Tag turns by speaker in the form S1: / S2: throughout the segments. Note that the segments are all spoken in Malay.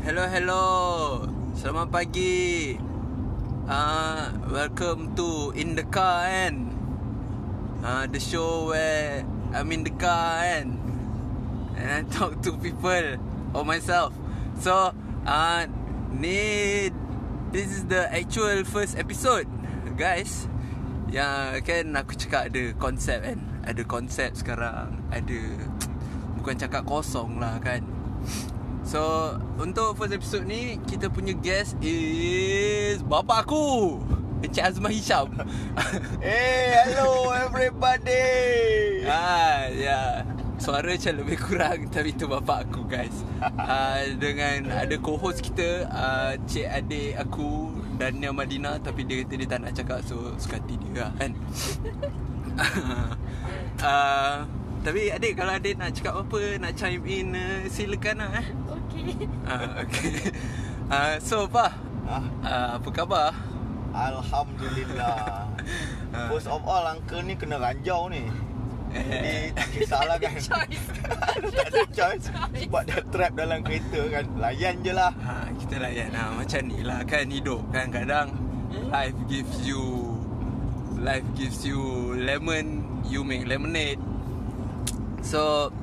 S1: Hello, hello. Selamat pagi. Uh, welcome to In The Car kan uh, The show where I'm in the car kan And I talk to people Or myself So uh, Ni This is the actual first episode Guys Yang kan aku cakap ada konsep kan Ada konsep sekarang Ada Bukan cakap kosong lah kan So Untuk first episode ni Kita punya guest is Bapa aku Encik Azman Hisham
S2: Hey, Eh, hello everybody.
S1: ah, yeah. Suara macam lebih kurang Tapi tu bapa aku guys ah, Dengan ada co-host kita ah, Cik adik aku Dania Madina Tapi dia kata dia tak nak cakap So suka hati dia lah kan ah, Tapi adik kalau adik nak cakap apa Nak chime in uh, Silakan lah eh
S3: Okey.
S1: Ah, okay. Ah, so Pa,
S2: Ah,
S1: ah, apa khabar?
S2: Alhamdulillah.
S1: Ah.
S2: First of all, uncle ni kena ranjau ni.
S1: Eh.
S2: Jadi tak kisahlah kan.
S3: Choice.
S2: tak ada choice. Sebab dah trap dalam kereta kan. Layan je lah.
S1: Ha, kita layan lah macam ni lah kan hidup kan kadang life gives you life gives you lemon you make lemonade. So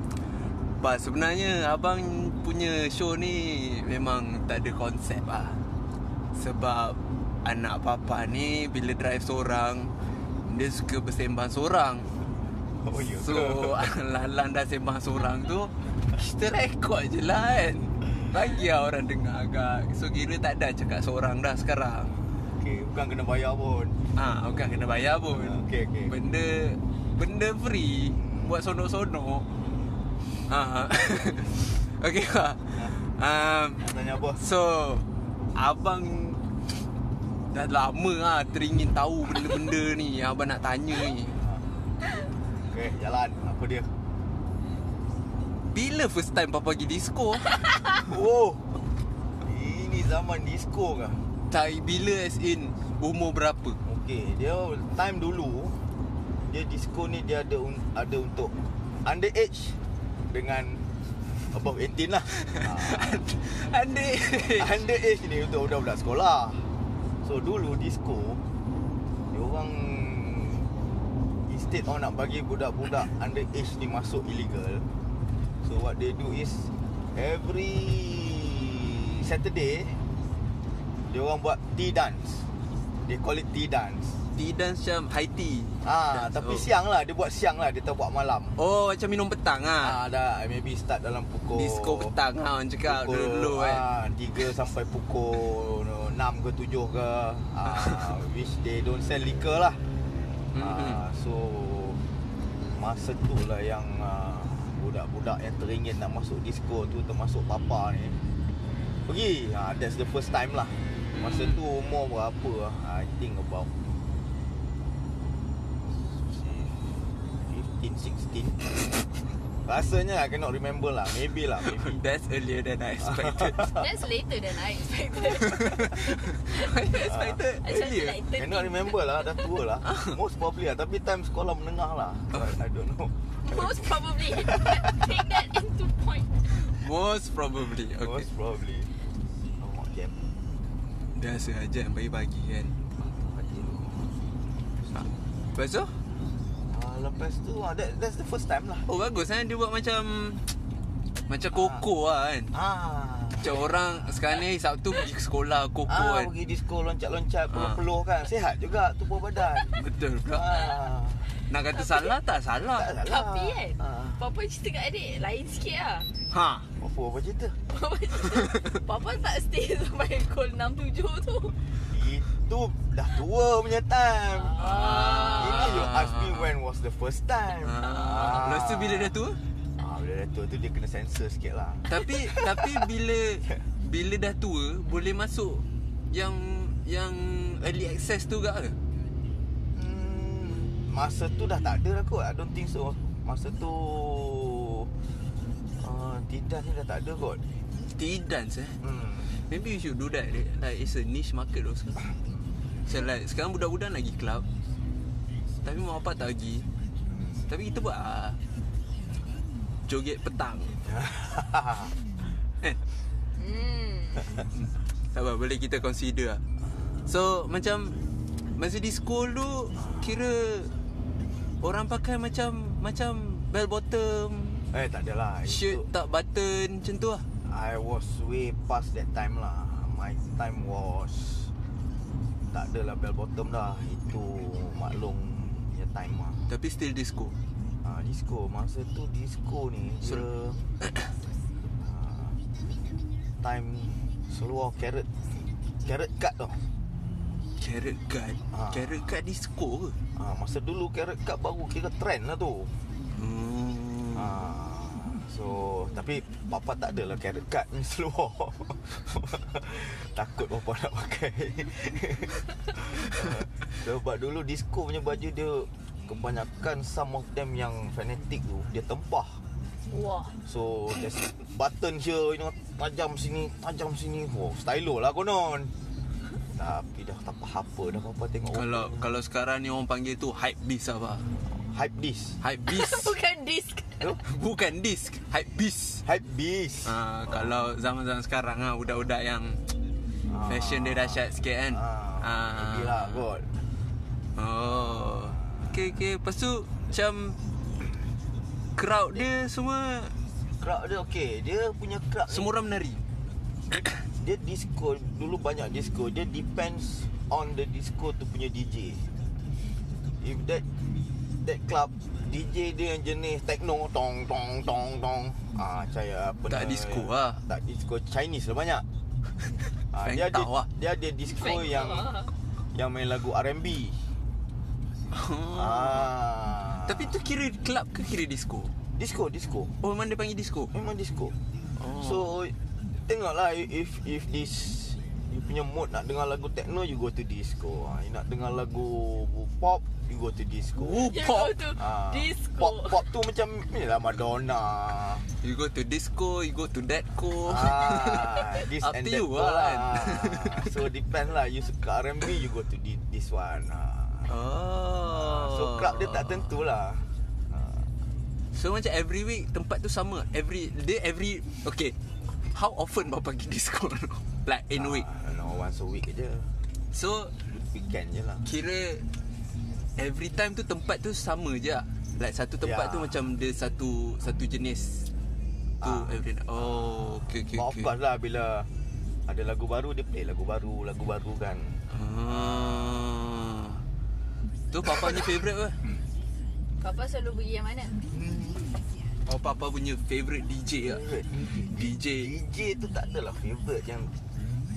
S1: Pa sebenarnya abang punya show ni memang tak ada konsep lah Sebab anak papa ni bila drive seorang Dia suka bersembang seorang
S2: Oh, ya.
S1: So
S2: ke?
S1: Lalang dah sembang seorang tu Kita rekod je lah kan Bagi lah orang dengar agak So kira tak ada cakap seorang dah sekarang
S2: Okay, bukan kena bayar pun. Ah,
S1: Ah, ha, bukan kena bayar pun
S2: Okey, okey.
S1: Benda Benda free Buat sonok-sonok Ah, Okay lah um,
S2: Nak tanya apa?
S1: So Abang Dah lama lah teringin tahu benda-benda ni yang Abang nak tanya ni
S2: Okay, jalan. Apa dia?
S1: Bila first time Papa pergi disco?
S2: Oh. Ini zaman disco kah?
S1: Tak bila as in umur berapa?
S2: Okey, dia time dulu dia disco ni dia ada un, ada untuk underage dengan above 18 lah.
S1: Adik.
S2: Ah, underage ni untuk budak-budak sekolah. So dulu disco dia orang instead orang nak bagi budak-budak underage ni masuk illegal. So what they do is every Saturday dia orang buat tea dance. They call it tea dance.
S1: Tea dance macam high tea.
S2: Ah,
S1: Dance,
S2: tapi
S1: oh.
S2: siang lah dia buat siang lah dia tak buat malam.
S1: Oh, macam minum petang ah.
S2: Ah, dah maybe start dalam pukul
S1: Disco petang ah orang cakap
S2: pukul,
S1: dulu kan.
S2: ah, 3 sampai pukul 6 ke 7 ke. Ah, which they don't sell liquor lah.
S1: Mhm.
S2: Ah, so masa tu lah yang ah, budak-budak yang teringin nak masuk disco tu termasuk papa ni. Pergi. Ah, that's the first time lah. Masa
S1: Mhm.
S2: tu umur berapa? ah? I think about 15, 16 Rasanya I cannot remember lah Maybe lah Maybe
S1: That's earlier than I expected.
S3: That's later than I expected.
S1: I expected
S3: I expected
S1: earlier.
S3: like 13.
S2: Cannot remember lah Dah tua lah Most probably lah Tapi time sekolah menengah lah I, I don't know
S3: Most probably. Take that into point.
S1: Most probably. Okay.
S2: Most probably Oh, okay.
S1: Dah sengaja pagi-pagi kan. Ha. Lepas tu?
S2: Ah, lepas tu ah, that, That's the first time lah
S1: Oh bagus kan dia buat macam macam koko lah kan.
S2: Ah,
S1: Macam orang sekarang ni Sabtu pergi ke sekolah koko
S2: ah
S1: kan.
S2: pergi disco
S1: Ah.
S2: loncat-loncat peluh-peluh kan Sehat juga tubuh badan
S1: Betul pula.
S2: ah,
S1: Nak kata salah tak salah.
S2: Tak salah
S3: Tapi
S1: eh.
S3: kan,
S2: ah.
S3: Papa cerita kat adik lain sikit lah.
S1: Ha.
S2: Apa apa cerita?
S3: Papa cerita, Papa tak stay sampai pukul 6-7 tu.
S2: Itu dah tua punya time
S3: Ah.
S2: Ini you ask me when was the first time
S1: Ah. Lepas tu bila dah tua?
S2: ah, Bila dah tua tu dia kena sensor sikit lah
S1: Tapi tapi bila bila dah tua boleh masuk yang yang early access tu gak ke?
S2: hmm, Masa tu dah tak ada lah kot I don't think so Masa tu uh, Tidak ni dah tak ada kot
S1: T-dance eh.
S2: hmm.
S1: Maybe you should do that. right? Like it's a niche market also. So like sekarang budak-budak nak pergi club. Tapi mak bapak tak pergi. Tapi kita buat ah, joget petang. Eh,
S3: Hmm.
S1: Tak apa, boleh kita consider lah. So, macam masa di school tu kira orang pakai macam macam bell bottom,
S2: Eh tak adalah
S1: shirt
S2: Itu-
S1: tak button macam tu lah.
S2: I was way past that time lah My time was Tak adalah bell bottom dah Itu maklum Ya time lah
S1: Tapi still disco.
S2: ha, Disco Masa tu disco ni Dia
S1: Sel-
S2: ah, Time Seluar carrot Carrot cut tau
S1: Carrot cut.
S2: Ah.
S1: Carrot cut disco ke?
S2: ha, Masa dulu carrot cut baru kira trend lah tu
S1: Hmm.
S2: Ah, so tapi papa tak adalah carrot cut ni seluar. Takut papa nak pakai. Ah, Sebab dulu disco punya baju dia kebanyakan some of them yang fanatic tu dia tempah.
S3: Wah.
S2: So there's button here you know tajam sini tajam sini. Wow, stylo lah konon. Tapi dah tak faham apa dah papa tengok
S1: Kalau kalau sekarang ni orang panggil tu hype beast apa?
S2: hype this.
S1: Hype beast.
S3: Bukan disk.
S1: Bukan disc, hype beast.
S2: Hype beast.
S1: Ah, kalau zaman-zaman sekarang ah budak-budak yang
S2: Ah.
S1: fashion dia dahsyat sikit kan.
S2: Ah, okay lah kot.
S1: Oh. Okay, okay. Lepas tu macam crowd dia semua
S2: Crowd dia okey. Dia punya crowd
S1: semua orang menari.
S2: ni, dia disco dulu banyak disco. Dia depends on the disco tu punya DJ. If that that club DJ dia yang jenis techno tong tong tong tong. Ah, saya apa
S1: Tak
S2: nama
S1: disco
S2: dia?
S1: lah.
S2: Tak disco Chinese lah banyak. ah,
S1: Feng
S2: dia ada
S1: Tao lah.
S2: dia ada disco
S3: Feng
S2: yang
S3: Tao lah.
S2: yang main lagu R&B. Oh. Ah.
S1: Hmm. Tapi tu kira club ke kira disco?
S2: disco disco.
S1: Oh, memang dia panggil disco.
S2: Memang disco
S1: Oh.
S2: oh. So Tengoklah If if this You punya mood Nak dengar lagu techno You go to disco ha, You nak dengar lagu Pop You go to disco
S1: Oh,
S3: You
S1: pop.
S3: go to
S2: Ah,
S3: disco.
S2: Pop pop tu macam Ni lah Madonna
S1: You go to disco, you go to deadco.
S2: ah, This
S1: Oh. Up
S2: and
S1: to
S2: that
S1: you
S2: tu
S1: lah, kan?
S2: Ah, So depend lah You suka R&B You go to thi- this one ah.
S1: Oh.
S2: So club dia tak tentulah Ah,
S1: So macam every week tempat tu sama. Every day every okay. How often bapa pergi disco? like in
S2: ah,
S1: week.
S2: No once a week je
S1: So
S2: Weekend je lah
S1: kira every time tu tempat tu sama je. ah? Like satu tempat
S2: Ya.
S1: tu macam dia satu satu jenis tu
S2: Ah.
S1: every night. Oh, okay okay.
S2: Okay, of
S1: okay.
S2: course lah bila ada lagu baru dia play lagu baru, lagu baru kan.
S1: Ah. Tu papa punya favourite apa?
S3: Papa selalu pergi yang mana?
S1: Oh papa punya favourite DJ ah. DJ
S2: DJ Mm-hmm. tu tak adalah favorite yang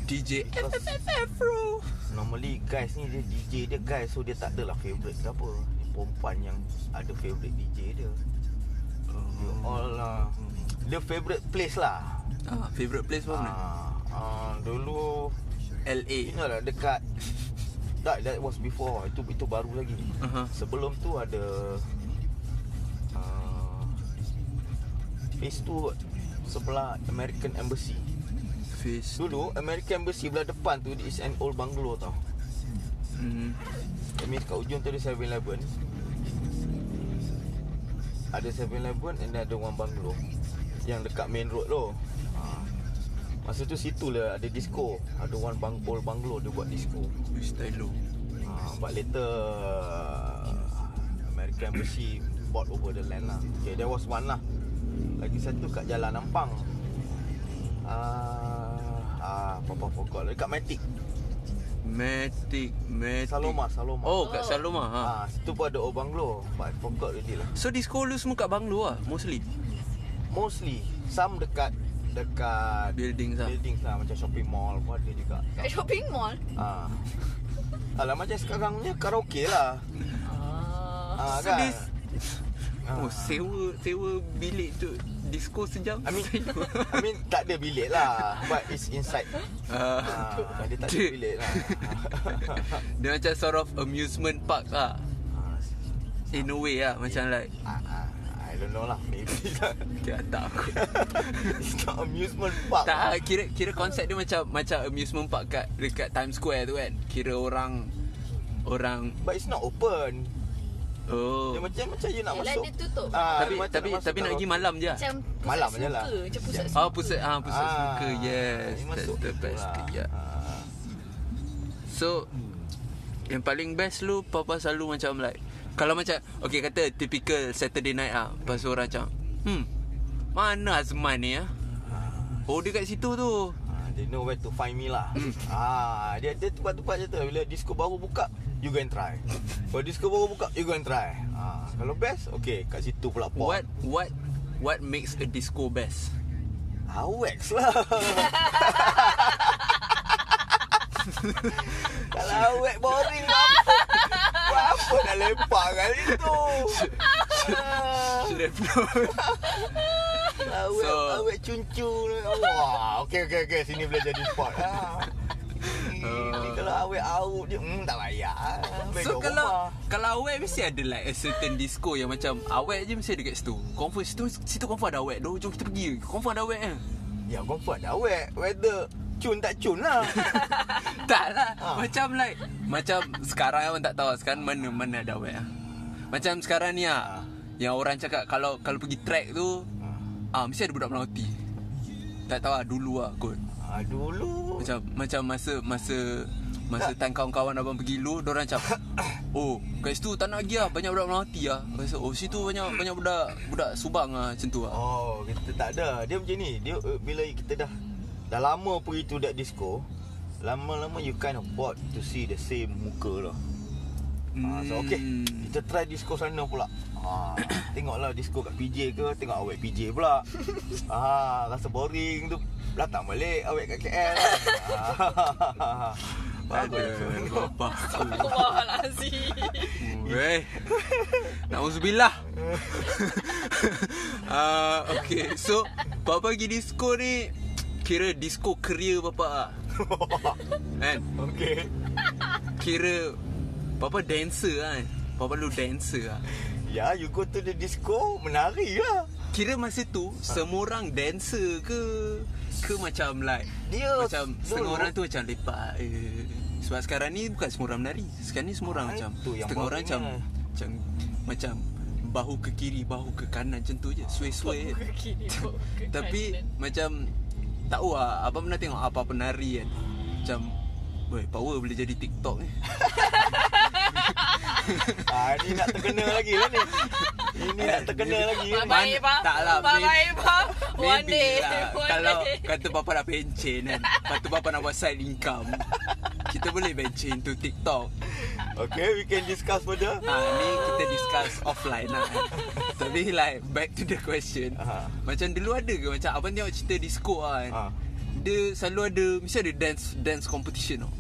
S1: DJ
S2: Because
S1: Afro.
S2: normally guys ni dia DJ dia guys so dia tak adalah favorite ke apa. Ni perempuan yang ada favorite DJ dia. Dia all uh, dia favorite place lah.
S1: Ah, favourite place apa? mana?
S2: Ah, ah, dulu you
S1: LA.
S2: know lah dekat that, that was before itu itu baru lagi.
S1: Aha.
S2: Sebelum tu ada uh, Phase tu sebelah American Embassy
S1: Face.
S2: Dulu American Embassy belah depan tu is an old bungalow tau
S1: Hmm.
S2: That means kat ujung tu ada 7-Eleven Ada 7-Eleven and then ada one bungalow Yang dekat main road tu Ah. Masa tu situ lah ada disco Ada one bang, old bungalow dia buat disco
S1: Stylo.
S2: Ah, but later American embassy bought over the land lah. Okay, there was one lah. Lagi satu kat Jalan Ampang. Ah, ah, apa forgot lah. Dekat Matic.
S1: Matic, Matic.
S2: Saloma, Saloma.
S1: Oh, kat Saloma. Ha.
S2: Ah, situ pun ada old bungalow. But I forgot already lah.
S1: So disco lu semua kat banglo lah mostly.
S2: Mostly some dekat dekat
S1: Buildings lah.
S2: Buildings lah macam shopping mall pun ada juga.
S3: Kat shopping mall?
S2: Ah. Alah macam sekarang punya karaoke lah. Ah,
S3: Ah.
S1: So
S2: kan. Ah.
S1: this- Oh, sewa sewa bilik tu disco sejam.
S2: I mean I mean tak ada bilik lah But it's inside
S1: Ah.
S2: ha, Dia tak ada bilik lah
S1: dia macam sort of amusement park lah. In a way lah macam like
S2: Ah, ah, I don't know lah Maybe
S1: okay, ah, tak aku.
S2: It's not amusement park
S1: tak ah, kira kira konsep dia macam macam amusement park kat dekat Times Square tu kan. Kira orang orang
S2: But it's not open
S1: Oh.
S2: Dia macam macam you nak
S3: Yelah,
S2: masuk.
S3: dia tutup.
S2: Ah,
S1: Tapi
S2: dia macam
S1: tapi
S2: masuk
S1: tapi nak
S2: kalau-
S1: pergi malam je.
S3: Macam pusat
S2: Malam je
S3: suka
S2: lah.
S3: Macam pusat suka
S1: Oh pusat ah pusat
S2: Ah,
S1: suka. Yes.
S2: dia
S1: That's
S2: masuk
S1: the
S2: situ
S1: best. ya.
S2: lah.
S1: Yeah.
S2: Ah.
S1: So Yang paling best lu Papa selalu macam like Kalau macam Okay kata Typical Saturday night ah Lepas tu orang macam Hmm Mana Azman ni ah Oh dia kat situ tu
S2: Ah, They know where to find me lah
S1: Mm.
S2: ah, Dia dia tempat-tempat je tu Bila disco baru buka You go and try Kalau disco baru buka You go and try ah, Kalau best Okay kat situ pula pop
S1: What What What makes a disco best
S2: Ah, wax lah Kalau wax boring Apa Apa nak lepak kali tu Ah,
S1: Should have known
S2: Kalau wax
S1: So-
S2: Kalau wax cuncu Wah Okay okay okay Sini boleh jadi spot ah. Ini kalau awet out dia hmm, tak payah. Baik
S1: Oh. So
S2: kat
S1: kalau
S2: rumah.
S1: Kalau awet mesti ada like A certain disco yang macam Awet je mesti ada kat situ Confirm situ Situ confirm ada awet Doh jom kita pergi Confirm ada awet kan
S2: Ya confirm dah awet Whether Cun tak cun lah
S1: Tak lah
S2: Ah.
S1: Macam like Macam sekarang orang tak tahu lah. Sekarang mana mana ada wet lah. Macam sekarang ni lah
S2: Ah.
S1: Yang orang cakap Kalau kalau pergi trek tu Ah mesti ada budak Melati Tak tahu lah dulu lah kot
S2: ah, Dulu
S1: Macam macam masa Masa Masa time kawan-kawan abang pergi lu Diorang macam Oh kat situ tak nak pergi lah Banyak budak Melati lah Lepas tu, Oh situ banyak banyak budak Budak Subang lah Macam tu lah
S2: Oh kita tak ada Dia macam ni Dia uh, bila kita dah Dah lama pergi tu that disco Lama-lama you kind of bored To see the same muka lah Ah, so okay
S1: Hmm.
S2: Kita try disco sana pula ah, Tengoklah disco kat PJ ke Tengok awet PJ pula ah, Rasa boring tu Datang balik awet kat KL lah. ah,
S1: Ada
S2: Bagus
S1: Bapa aku
S3: Wah Lazi
S1: Weh. Nauzubillah. Ah okay. So Papa pergi disco ni kira disco career Papa ah. Kan?
S2: Okay
S1: Kira Papa dancer kan. Papa dulu dancer ah.
S2: Ya, you go to the disco, menari lah.
S1: Kira masa
S2: Ha.
S1: tu semua orang dancer ke ke macam like
S2: Dia
S1: macam
S2: dulu-
S1: setengah orang tu macam lepak eh. Sebab sekarang ni bukan semua orang menari Sekarang ni semua orang
S2: Ah,
S1: macam
S2: itu yang
S1: Setengah orang macam
S2: barunya.
S1: Macam Macam Bahu ke kiri Bahu ke kanan Macam tu je Sway-sway je.
S3: Ke kiri bawa ke
S1: Tapi
S3: kanan.
S1: Macam Tak tahu lah Abang pernah tengok Apa penari kan Macam Boy, power boleh jadi TikTok ni.
S2: Ah, ni nak terkena lagi lah ni. Ini nak terkena lagi lah ni.
S3: Bye-bye
S1: Mana-
S3: bang
S1: tak lah,
S3: Bye-bye bang One
S1: Maybe
S3: day
S1: lah
S3: One
S1: Kalau
S3: day
S1: kata bapa nak pencen kan Lepas tu bapa nak buat side income Kita boleh pencen tu TikTok
S2: Okay, we can discuss further.
S1: ha, Ni kita discuss offline lah Tapi like Back to the question
S2: Aha.
S1: Macam dulu ada ke Macam abang tengok cerita disco lah kan
S2: Ha.
S1: Dia selalu ada Mesti ada dance Dance competition tau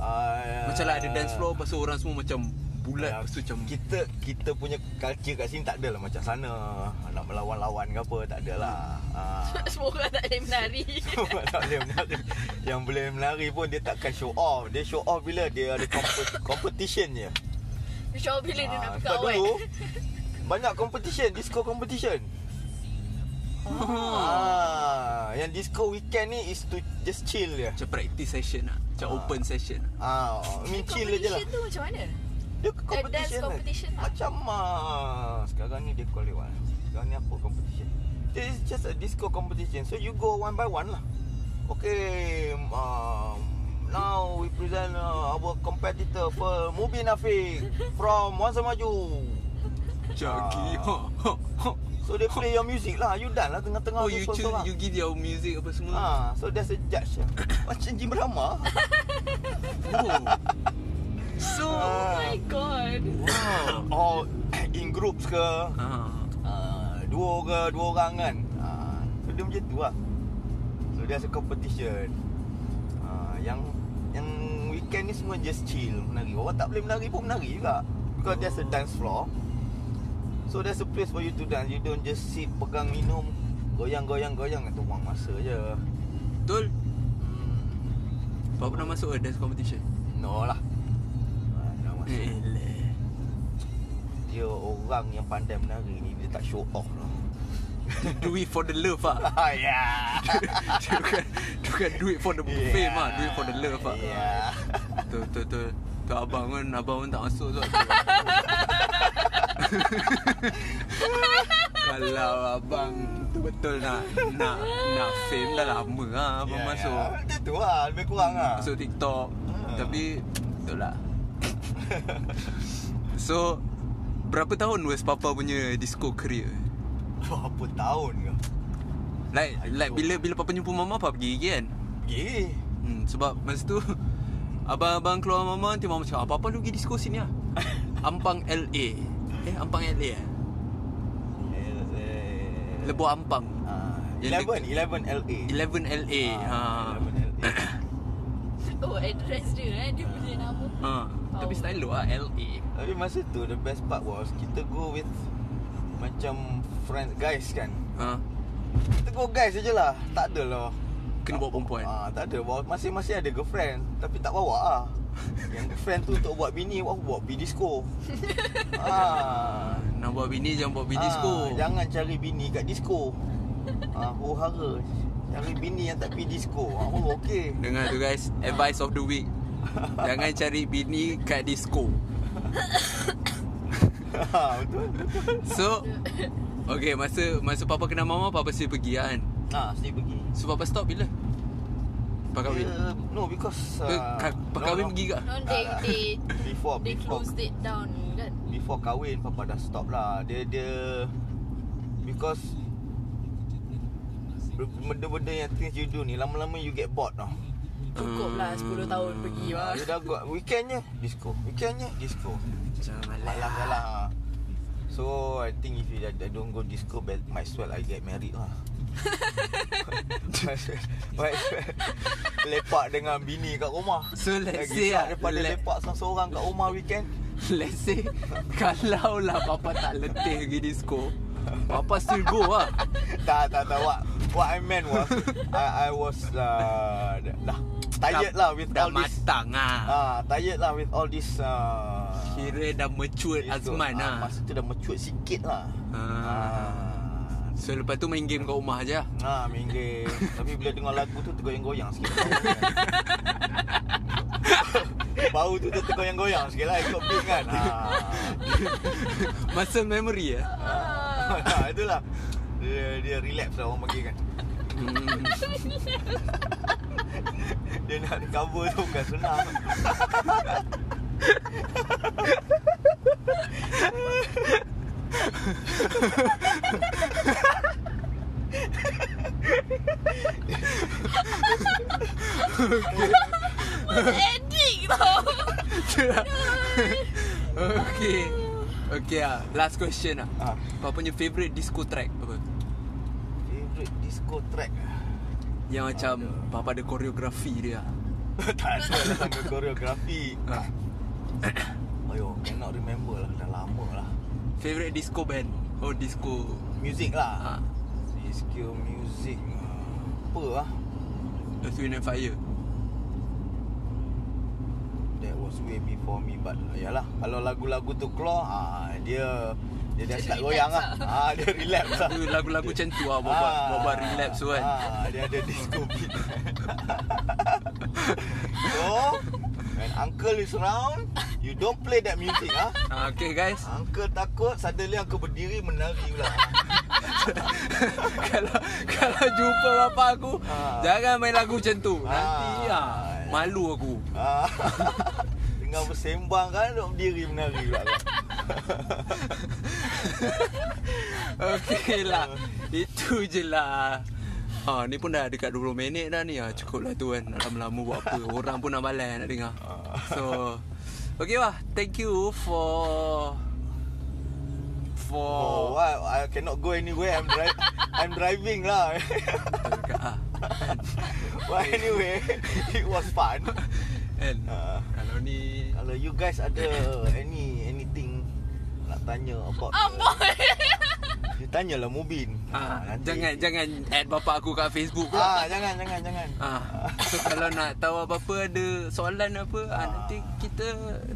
S2: Ah,
S1: Macam lah ada dance floor Lepas tu orang semua macam Bulat
S2: ah,
S1: Lepas tu macam
S2: kita kita punya culture kat sini tak ada lah macam sana nak melawan-lawan ke apa tak ada lah. Ah.
S3: Semua orang tak boleh menari
S2: tak boleh menari. Yang boleh menari pun dia takkan show off. Dia show off bila dia ada compet- competition je.
S3: Macam bila dia nak
S2: Ah,
S3: buka
S2: sebab
S3: awal
S2: dulu banyak competition, disco competition.
S3: Oh.
S2: Ah, yang disco weekend ni is to just chill je.
S1: Macam practice session lah Macam
S2: Ah.
S1: open session lah
S2: Ah, ni chill je lah.
S3: Competition tu macam mana?
S2: Dia ke competition.
S3: dance
S2: lah.
S3: competition lah.
S2: Macam ah, sekarang ni dia call it what? Sekarang ni apa competition? This is just a disco competition. So you go one by one lah. Okay, um, now we present uh, our competitor for Mubin Afiq from Wan Samaju.
S1: Jogi
S2: Ah.
S1: ho, ho, ho.
S2: So they play your music lah You done lah tengah-tengah
S1: Oh
S2: tu
S1: you
S2: sorang-
S1: choose
S2: sorang.
S1: You give your music apa semua
S2: Ah, so there's a judge Macam Jim Rama
S1: Oh. So
S2: Ah.
S3: Oh my god
S1: Wow
S2: Or Oh, in groups ke
S1: Ah.
S2: uh, Duo ke Dua orang kan uh, So dia macam tu lah So there's a competition uh, Yang Yang weekend ni semua just chill Menari Orang tak boleh menari pun menari juga Because there's a dance floor So there's a place for you to dance You don't just sit Pegang minum Goyang-goyang-goyang Itu buang masa je
S1: Betul
S2: hmm.
S1: Bapak pernah masuk ke dance competition
S2: No lah Mana masuk
S1: Eleh.
S2: Dia orang yang pandai menari ni Dia tak show off lah
S1: Do it for the love ah.
S2: Ah yeah
S1: Dia bukan, dia bukan do it for the
S2: Yeah.
S1: fame ah, do it for the love ah.
S2: Yeah
S1: Tu tu tu. Tu abang pun abang pun tak masuk tu. Kalau abang betul-betul nak nak nak fame dah lama lah abang
S2: Ya,
S1: masuk.
S2: ya. Macam tu lah Lebih kurang lah
S1: Masuk TikTok.
S2: Ah.
S1: Tapi betul lah. so berapa tahun was Papa punya disco career?
S2: Berapa tahun ke
S1: Like like bila bila Papa jumpa Mama Papa pergi gigi kan?
S2: Pergi
S1: Hmm, sebab masa tu Abang-abang keluar mama Nanti mama cakap Apa-apa lu pergi disco sini lah Ampang LA Eh Ampang LA eh Lebuh Ampang
S2: Ah,
S1: Yang
S2: 11 11 LA
S1: 11 LA ha.
S2: Ah, 11 LA
S3: Oh address dia eh Dia punya nama
S1: ha. Tapi style lu
S2: ah,
S1: lah LA
S2: Tapi masa tu the best part was Kita go with Macam friends guys kan
S1: ha.
S2: Kita go guys je lah Tak ada lah
S1: Kena bawa perempuan
S2: Ah, tak ada bawa masing-masing ada girlfriend tapi tak bawa ah. Yang girlfriend tu untuk buat bini, aku buat bini disco. ah.
S1: Nak buat bini Jangan buat bini disco
S2: Ah, jangan cari bini kat disco. Ah, aku hara. Cari bini yang tak pergi disco. Ah, baru okey.
S1: Dengar tu guys Advice of the week Jangan cari bini kat disco
S2: Ah, betul.
S1: So Okay masa Masa Papa kenal Mama Papa still pergi lah kan
S2: Ah, saya pergi.
S1: So Papa stop bila? Pakai kahwin?
S2: Eh, no because
S1: Ke
S2: ah,
S1: ka- Pakawin pergi ke?
S3: No they They
S2: Before
S3: They
S2: Ah. Oh, before
S3: closed it down kan
S2: before kahwin papa dah stop lah dia dia because benda-benda yang things you do ni lama-lama you get bored tau.
S3: Cukup lah 10 tahun pergi lah
S2: Hmm. Ah, you dah got weekendnya disco, weekendnya disco.
S1: Macam
S2: Malam dah lah. So I think if you I don't go disco, bet- might as well I get married lah. might as well, might as well lepak dengan bini kat rumah.
S1: So, let's
S2: Lagi
S1: say
S2: sedap
S1: ah,
S2: daripada
S1: let-
S2: lepak seorang-seorang kat rumah weekend.
S1: Let's say Kalau lah Papa tak letih pergi disco Papa still go lah
S2: tak tak tak what what I meant was I I was uh, dah tired lah with
S1: Dah
S2: all this
S1: matang lah
S2: ah tired lah with all this uh,
S1: Kira dah mature
S2: this tu.
S1: Azman
S2: Ah,
S1: lah
S2: masa tu dah mature sikit lah
S1: Ah. So lepas tu main game kat rumah je lah
S2: ah main game tapi bila dengar lagu tu tergoyang-goyang sikit Bau tu tu tergoyang-goyang sikit lah Ikut beat kan
S1: Muscle memory lah
S2: ah. Itulah Dia, dia relax lah orang panggil kan
S1: hmm.
S2: Dia nak recover tu bukan senang
S3: Ending tau
S1: Okay Okay lah Last question lah
S2: Ah.
S1: Papa punya favourite disco track apa?
S2: Favorite disco track
S1: Yang macam Papa ada koreografi dia lah
S2: Tak ada lah sampai koreografi
S1: Ah.
S2: Ayo, cannot remember lah Dah lama lah
S1: Favourite disco band Oh disco
S2: Music lah
S1: ah,
S2: Disco music ah, Apa lah
S1: Earth, Wind and Fire
S2: That was way before me But ah, yalah Kalau lagu-lagu tu keluar ah, Dia Dia dah
S3: Dia
S2: start
S3: relax
S2: goyang lah
S3: lah.
S2: ah, Dia relapse lah
S1: Lagu- Lagu-lagu macam tu lah Bawa
S2: Ah,
S1: bawa relapse tu kan
S2: ah, Dia ada disco beat So When uncle is around You don't play that music ah.
S1: Ah, Okay guys
S2: Uncle takut Suddenly uncle berdiri menari pula
S1: Kalau kalau jumpa bapa aku
S2: Ah.
S1: Jangan main lagu macam tu
S2: Ah.
S1: Nanti ah, Malu aku
S2: Ah, Tengah bersembang kan Duk berdiri menari pula kan.
S1: Okay lah Itu je lah Ah, ni pun dah dekat 20 minit dah ni ah, Cukup lah tu kan Nak lama-lama buat apa Orang pun nak balas nak dengar So Okay lah Thank you for
S2: Oh,
S1: For
S2: I, Oh, I cannot go anywhere I'm, dri- I'm driving lah
S1: Dekat, ah.
S2: But anyway It was fun
S1: And kan?
S2: Ah.
S1: Kalau ni
S2: Kalau you guys ada Any Anything Nak tanya about
S3: Ah boy
S2: You tanyalah Mubin
S1: ah,
S2: Ah, nanti-
S1: Jangan Jangan add bapak aku kat Facebook pula
S2: Ah, jangan, jangan, jangan.
S1: Ah, so kalau nak tahu apa-apa ada soalan apa, ah, nanti kita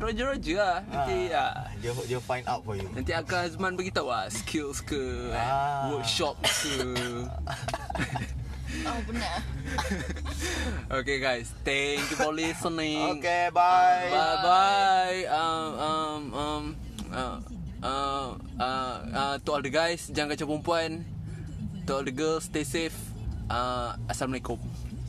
S1: roger-roger lah. Nanti ah.
S2: Dia dia find out for you.
S1: nanti Akak Azman beritahu lah skills ke,
S2: Ah.
S1: workshop ke.
S3: Oh benar
S1: okay guys, thank you for listening.
S2: Okay, bye.
S1: Bye bye. Um um um uh, uh, uh, uh, To all the guys Jangan kacau perempuan To all the girls Stay safe uh, Assalamualaikum